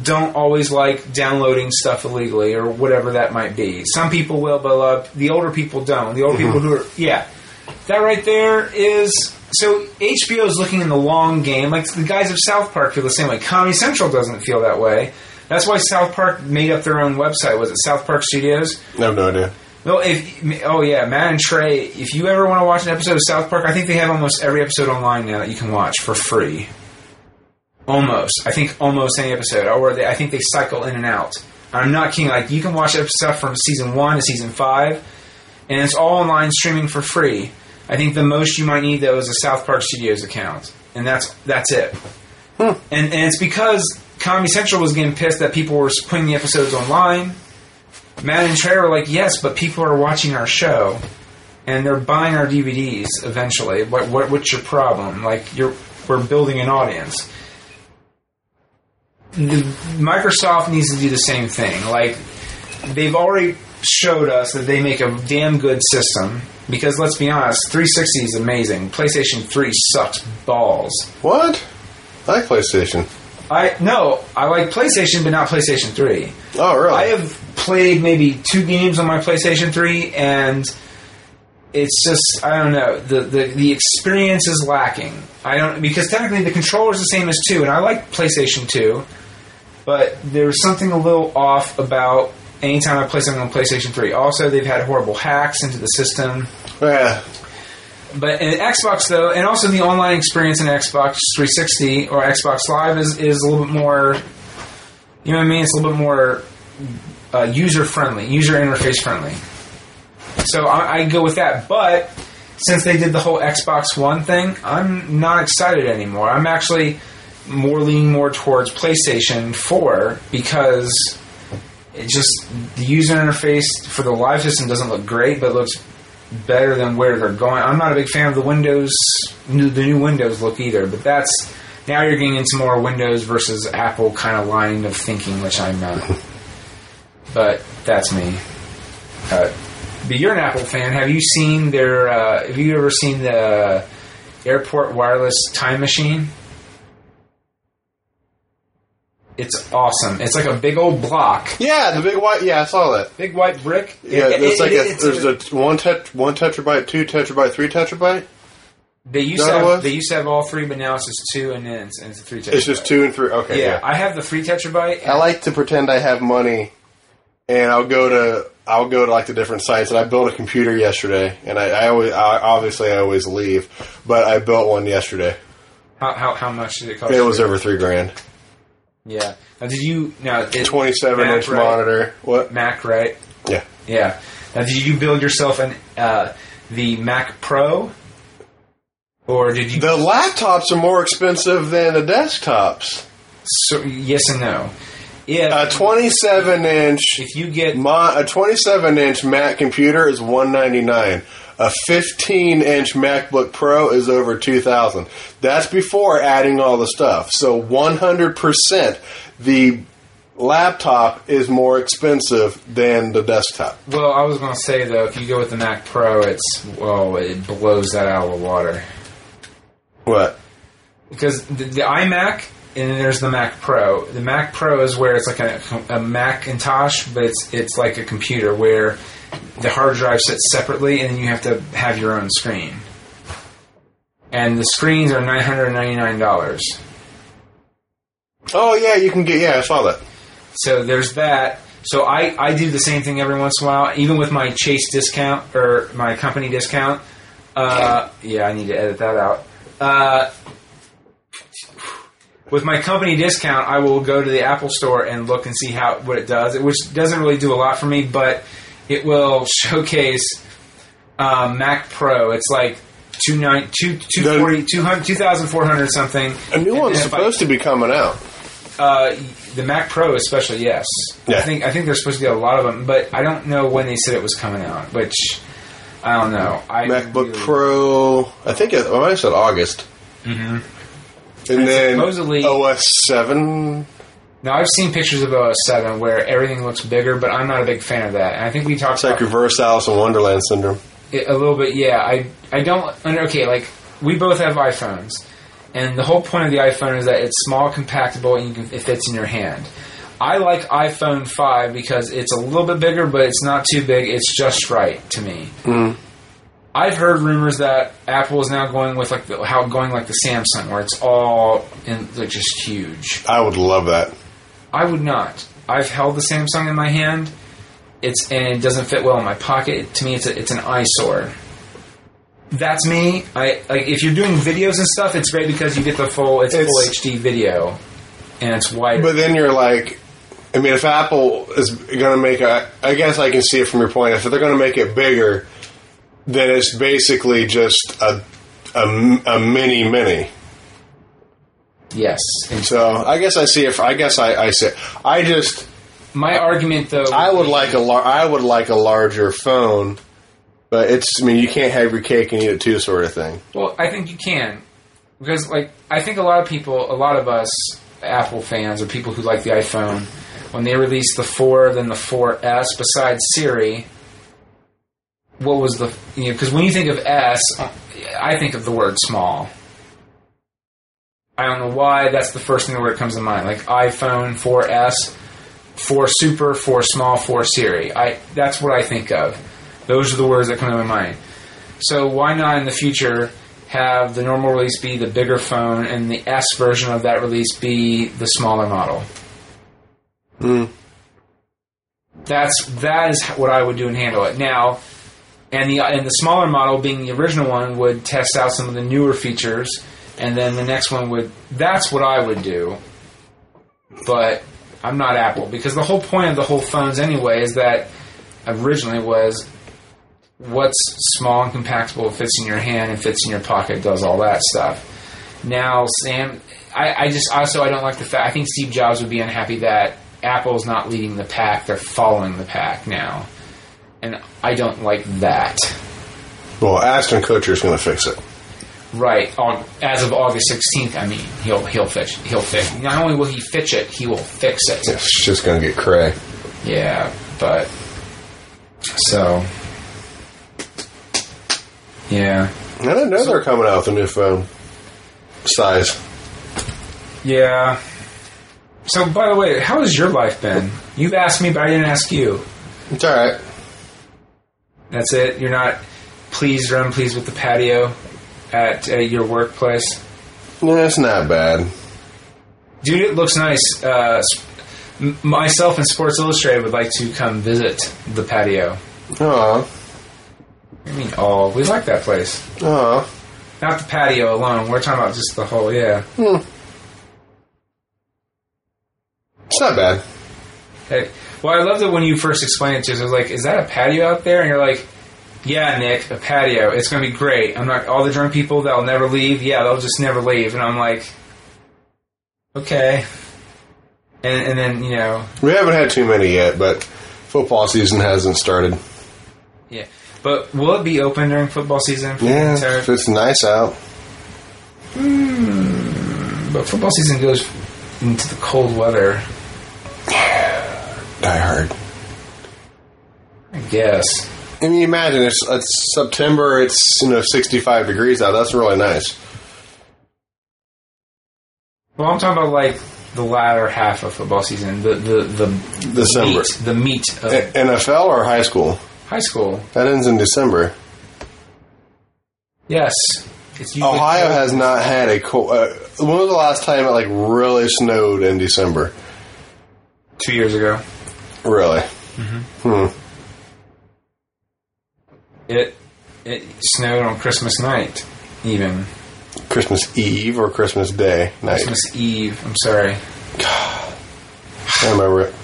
don't always like downloading stuff illegally or whatever that might be. Some people will, but a lot of- the older people don't. The older people who are, yeah. That right there is. So HBO is looking in the long game. Like the guys of South Park feel the same way. Comedy Central doesn't feel that way. That's why South Park made up their own website. Was it South Park Studios? I have no idea. No, if oh yeah, Matt and Trey. If you ever want to watch an episode of South Park, I think they have almost every episode online now that you can watch for free. Almost, I think almost any episode, or they, I think they cycle in and out. I'm not kidding. Like you can watch stuff from season one to season five, and it's all online streaming for free. I think the most you might need though is a South Park Studios account, and that's that's it. And and it's because Comedy Central was getting pissed that people were putting the episodes online. Matt and Trey were like, "Yes, but people are watching our show, and they're buying our DVDs eventually. What, what what's your problem? Like you're we're building an audience." The, Microsoft needs to do the same thing. Like they've already showed us that they make a damn good system. Because let's be honest, 360 is amazing. PlayStation 3 sucks balls. What? I like PlayStation. I no, I like PlayStation, but not PlayStation Three. Oh, really? I have played maybe two games on my PlayStation Three, and it's just I don't know the the, the experience is lacking. I don't because technically the controller is the same as two, and I like PlayStation Two, but there's something a little off about anytime I play something on PlayStation Three. Also, they've had horrible hacks into the system. Yeah. But in Xbox though, and also the online experience in Xbox 360 or Xbox Live is, is a little bit more, you know what I mean? It's a little bit more uh, user friendly, user interface friendly. So I, I go with that. But since they did the whole Xbox One thing, I'm not excited anymore. I'm actually more leaning more towards PlayStation 4 because it just the user interface for the live system doesn't look great, but it looks better than where they're going. I'm not a big fan of the Windows, new, the new Windows look either. But that's now you're getting into more Windows versus Apple kind of line of thinking, which I'm not. But that's me. Uh, but you're an Apple fan. Have you seen their? Uh, have you ever seen the airport wireless time machine? It's awesome. It's like a big old block, Yeah, the big white. Yeah, I saw that. big white brick. Yeah, It- it's it- like it- a, it's there's a, one tet- one tetrabyte, two tetrabyte, three tetrabyte. They used That to have, was- they used to have all three, but now it's just two, and then it's, and it's a three. Tetrabyte. It's just two and three. Okay. Yeah, I have the three tetrabyte. and- I like to pretend I have money, and I'll go to I'll go to like the different sites. And I built a computer yesterday, and I, I always I, obviously I always leave, but I built one yesterday. how, how how much did it cost? It was you? over three grand. yeah. Now, did you now it, Twenty seven Mac, inch right? monitor. What? Mac right? Yeah. Yeah. Now, did you build yourself an uh, the Mac Pro, or did you? The laptops are more expensive than the desktops. so, yes and no. If A twenty seven inch if you get Mon- a 27 inch Mac computer is 199. A 15 inch MacBook Pro is over 2000. That's before adding all the stuff. So 100% the laptop is more expensive than the desktop. well, I was gonna say though, if you go with the Mac Pro, it's well, it blows that out of the water. What? because the, the iMac and then there's the Mac Pro. The Mac Pro is where it's like a, a Macintosh, but it's it's like a computer where the hard drive sits separately, and then you have to have your own screen. And the screens are nine hundred ninety nine dollars. Oh yeah, you can get yeah, I saw that. So there's that. So I, I do the same thing every once in a while, even with my Chase discount or my company discount. Uh, yeah, I need to edit that out. Uh, with my company discount, I will go to the Apple Store and look and see how what it does, which doesn't really do a lot for me, but it will showcase uh, Mac Pro. It's like two nine two two forty two hundred two thousand four hundred something. A new And one's if I- supposed to be coming out. uh, the Mac Pro, especially, yes. Yeah. I think I think there's supposed to be a lot of them, but I don't know when they said it was coming out. Which I don't know. I MacBook really- Pro, I think it, I might have said August. Mm-hmm. And, And then supposedly- OS 7 Now I've seen pictures of OS seven where everything looks bigger, but I'm not a big fan of that. And I think we talked It's like about reverse Alice in Wonderland syndrome. it a little bit. Yeah, I I don't. and Okay, like we both have iPhones, and the whole point of the iPhone is that it's small, compactable, and you can, it fits in your hand. I like iPhone five because it's a little bit bigger, but it's not too big. It's just right to me. I've heard rumors that Apple is now going with like the, how going like the Samsung, where it's all in like just huge. I would love that. I would not. I've held the Samsung in my hand. It's and it doesn't fit well in my pocket. To me, it's a, it's an eyesore. That's me. I like if you're doing videos and stuff, it's great because you get the full it's, It's- full HD video, and it's wider. But then you're like, I mean, if Apple is going to make a, I guess I can see it from your point. If they're going to make it bigger, then it's basically just a a, a mini mini. Yes. So I guess I see it. I guess I, I see. It. I just My argument, though, I would like a lar- I would like a larger phone, but it's. I mean, you can't have your cake and eat it too, sort of thing. Well, I think you can because, like, I think a lot of people, a lot of us Apple fans or people who like the iPhone, when they released the four, then the 4S, besides Siri, what was the you know? Because when you think of S, I think of the word small. I don't know why that's the first thing that word comes to mind. Like iPhone 4S, 4 Super, 4 Small, 4 Siri. I that's what I think of. Those are the words that come to my mind. So why not in the future have the normal release be the bigger phone and the S version of that release be the smaller model? That's that is what I would do and handle it now. And the and the smaller model being the original one would test out some of the newer features, and then the next one would. That's what I would do. But I'm not Apple because the whole point of the whole phones anyway is that originally was what's small and compactable fits in your hand and fits in your pocket does all that stuff now sam i, I just also i don't like the fact i think steve jobs would be unhappy that apple's not leading the pack they're following the pack now and i don't like that Well, Ashton Kutcher's going to fix it. right on as of august 16th i mean he'll he'll fix he'll fix not only will he fix it he will fix it It's just going to get cray. Yeah, but so yeah, I didn't know they're coming out with a new phone size. yeah. So by the way, how has your life been? You've asked me, but I didn't ask you. It's all right. That's it. You're not pleased or unpleased with the patio at uh, your workplace, Yeah, it's not bad. dude. It looks nice. Uh, s- m- myself and Sports Illustrated would like to come visit the patio. Aw, I mean, all we like that place. aw. Not the patio alone. We're talking about just the whole. Yeah. It's not bad. Hey, well, I loved it when you first explained it to us. I was like, "Is that a patio out there?" And you're like, "Yeah, Nick, a patio. It's going to be great. I'm not all the drunk people that'll never leave. Yeah, they'll just never leave." And I'm like, "Okay." And and then you know, We haven't had too many yet, but football season hasn't started. yeah. But will it be open during football season? Yeah, So- if it's nice out. but football season goes into the cold weather, Die hard. I guess. I mean, imagine it's, it's September. It's you know 65 degrees out. That's really nice. Well, I'm talking about like the latter half of football season, the the the December. Eh. meat, the meat of A- NFL or high school? high school. That ends in December. Yes. It's usually Ohio cold. has not had a cold. Uh, when was the last time it like really snowed in December? two years ago. Really? It it snowed on Christmas night, even Christmas Eve or Christmas Day night? Christmas Eve. I'm sorry. I remember it.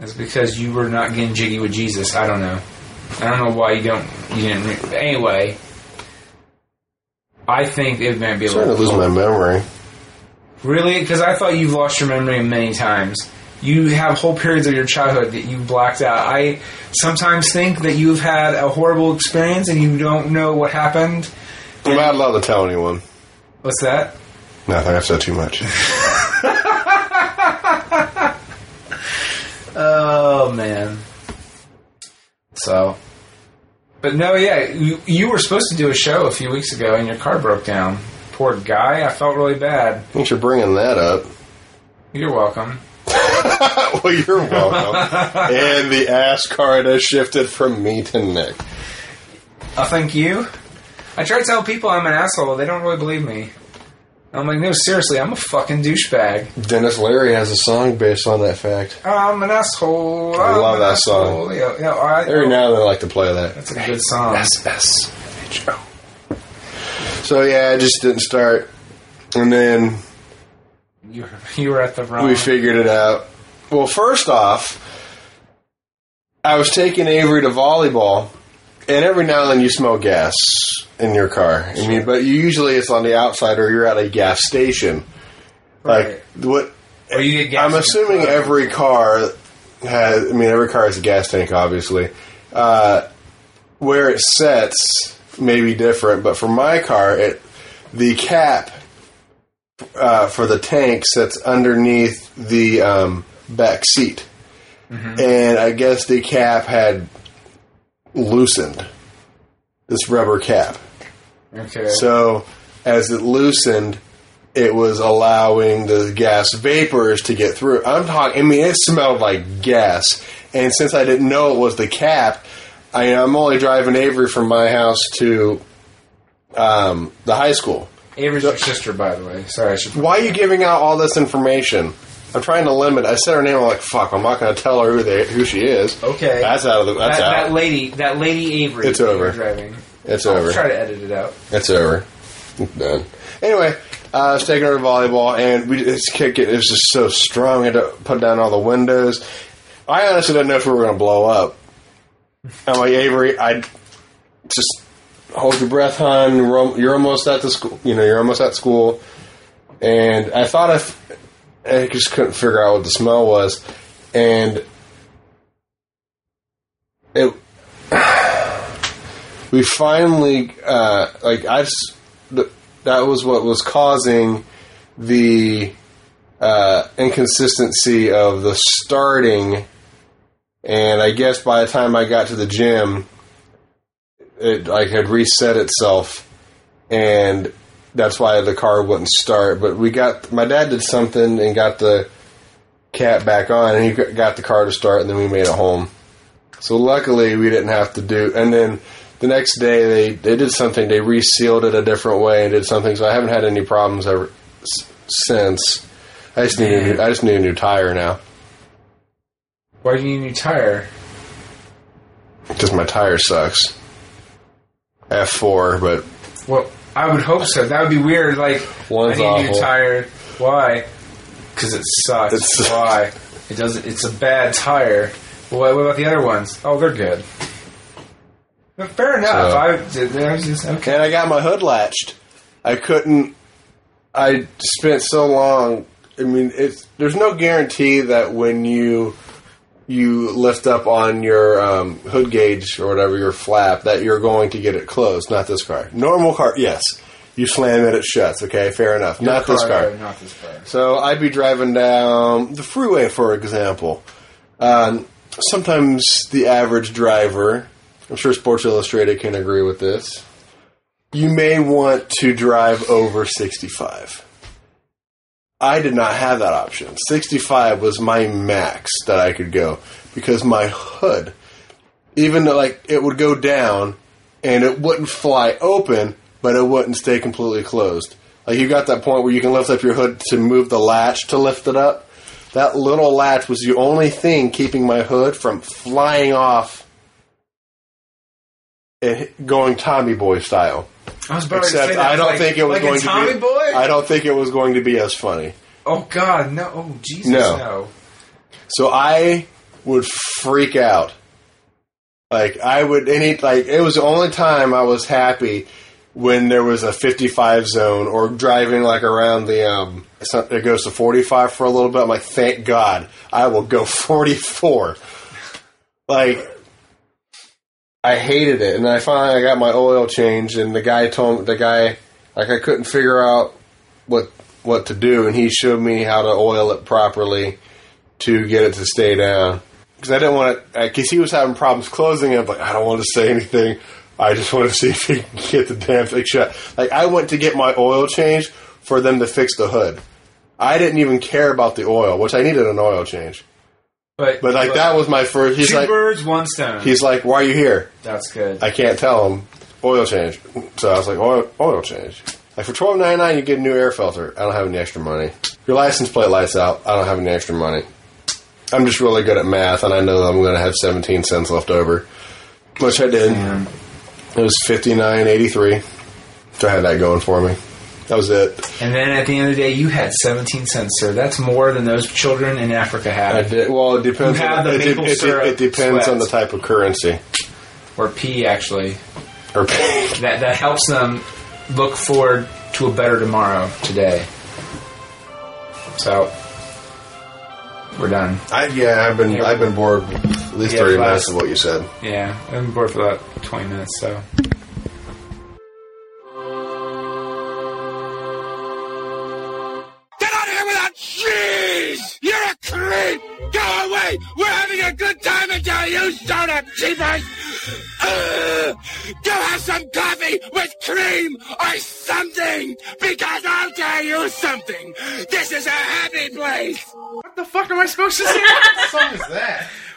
It's because you were not getting jiggy with Jesus. I don't know. I don't know why you don't. You didn't. Re- but anyway, I think it might be a I'm starting little to lose my memory. really because I thought you've lost your memory many times. You have whole periods of your childhood that you blacked out. I sometimes think that you've had a horrible experience and you don't know what happened. I'm not allowed to tell anyone. What's that? Nothing. I've said too much. Oh man. So, but no, yeah, you, you were supposed to do a show a few weeks ago, and your car broke down. Poor guy, I felt really bad. Thanks for bringing that up. You're welcome. Well, you're welcome. and the ass card has shifted from me to Nick. I thank you. I try to tell people I'm an asshole. They don't really believe me. I'm like, no, seriously, I'm a fucking douchebag. Dennis Leary has a song based on that fact. I'm an asshole. I I'm love an that asshole. song. Yeah, yeah, I, Every now and then I like to play that. that's a good song. S. So yeah, I just didn't start, and then You, you were at the wrong. we figured it out, Well, first off, I was taking Avery to volleyball, and every now and then you smell gas in your car. I mean, but usually it's on the outside or you're at a gas station. Right. Like what? Or you get gas I'm in your assuming car. every car has. I mean, every car has a gas tank, obviously. Uh, where it sets may be different, but for my car, it the cap uh, for the tank sits underneath the um, back seat, and I guess the cap had loosened this rubber cap. Okay. So as it loosened, it was allowing the gas vapors to get through. I'm talking. I mean, it smelled like gas. And since I didn't know it was the cap, I, I'm only driving Avery from my house to um, the high school. Avery's your sister, by the way. Sorry, I should. Why are you giving out all this information? I'm trying to limit. I said her name. I'm like, fuck. I'm not going to tell her who they, who she is. Okay. that's out of the. That's that, out. that lady, that lady Avery. It's that you over. were Driving. it's I'll over. Try to edit it out. It's over. It's done. Anyway, uh, I was taking her to volleyball, and we just kicked it. It was just so strong. I had to put down all the windows. I honestly didn't know if we were going to blow up. I'm like, Avery, I just hold your breath, hon. You're al- You're almost at the school. You know, you're almost at school. And I thought I, f- I just couldn't figure out what the smell was. And it we finally uh, like I s- th- that was what was causing the uh, inconsistency of the starting, and I guess by the time I got to the gym, it like had reset itself, and that's why the car wouldn't start. But we got my dad did something and got the cat back on, and he g- got the car to start, and then we made it home. So luckily, we didn't have to do. And then the next day, they they did something. They resealed it a different way and did something. So I haven't had any problems ever s- since. I just need a new, I just need a new tire now Why do you need a new tire? because my tire sucks. F four, but Well, I would hope so. That would be weird. Like, I One's need a awful. new tire. Why? Because it sucks. It sucks. Why? It does. not It's a bad tire. Well, what about the other ones? Oh, they're good. But fair enough. So- I, did- I was just okay. and I got my hood latched. I couldn't. I spent so long. I mean, it's there's no guarantee that when you you lift up on your um, hood gauge or whatever your flap that you're going to get it closed. Not this car. Normal car, yes. You slam it, it shuts. Okay, fair enough. not this car. though, Not this car. So I'd be driving down the freeway, for example. Um, sometimes the average driver, I'm sure Sports Illustrated can agree with this, you may want to drive over 65. I did not have that option. 65 was my max that I could go because my hood, even though like it would go down and it wouldn't fly open, but it wouldn't stay completely closed. Like you got that point where you can lift up your hood to move the latch to lift it up. That little latch was the only thing keeping my hood from flying off and hit- going Tommy Boy style. I was about Except to say that. I don't like- think it was like going a Tommy to be. Boy. I don't think it was going to be as funny. oh God, no! Oh Jesus, No. no! So I would freak out. Like I would any like it was the only time I was happy when there was a 55 zone or driving like around the um some- it goes to 45 for a little bit. I'm like thank God I will go 44. Like I hated it, and I finally I got my oil changed, and the guy told the guy like I couldn't figure out what what to do, and he showed me how to oil it properly to get it to stay down because I didn't want to because he was having problems closing. it. I'm like I don't want to say anything. I just want to see if he can get the damn thing shut. Like I went to get my oil changed for them to fix the hood. I didn't even care about the oil, which I needed an oil change. But But like that was my first. He's two like, birds, one stone. he's like, why are you here? That's good. I can't tell him oil change. So I was like, oil, oil change. Like for twelve ninety nine, you get a new air filter. I don't have any extra money. Your license plate lights out. I don't have any extra money. I'm just really good at math, and I know that I'm going to have seventeen cents left over, which I did. It was fifty nine eighty three. So I had that going for me. That was it. And then at the end of the day, you had 17 cents, sir. That's more than those children in Africa I had, did, well, it depends. You On, had the it, de- maple it, de- syrup it depends on the sweats. type of currency. or P actually. Or That that helps them look forward to a better tomorrow today. So we're done. I, yeah, I've been I've been bored at least Yeah, thirty class. minutes of what you said. Yeah, I've been bored for about 20 minutes, so. Get out of here with that cheese! You're a creep! Go away! We're having a good time until you start up, cheapers! Ugh! Go have some coffee with cream or something! Because I'll tell you something! This is a happy place! What the fuck am I supposed to say? song is that?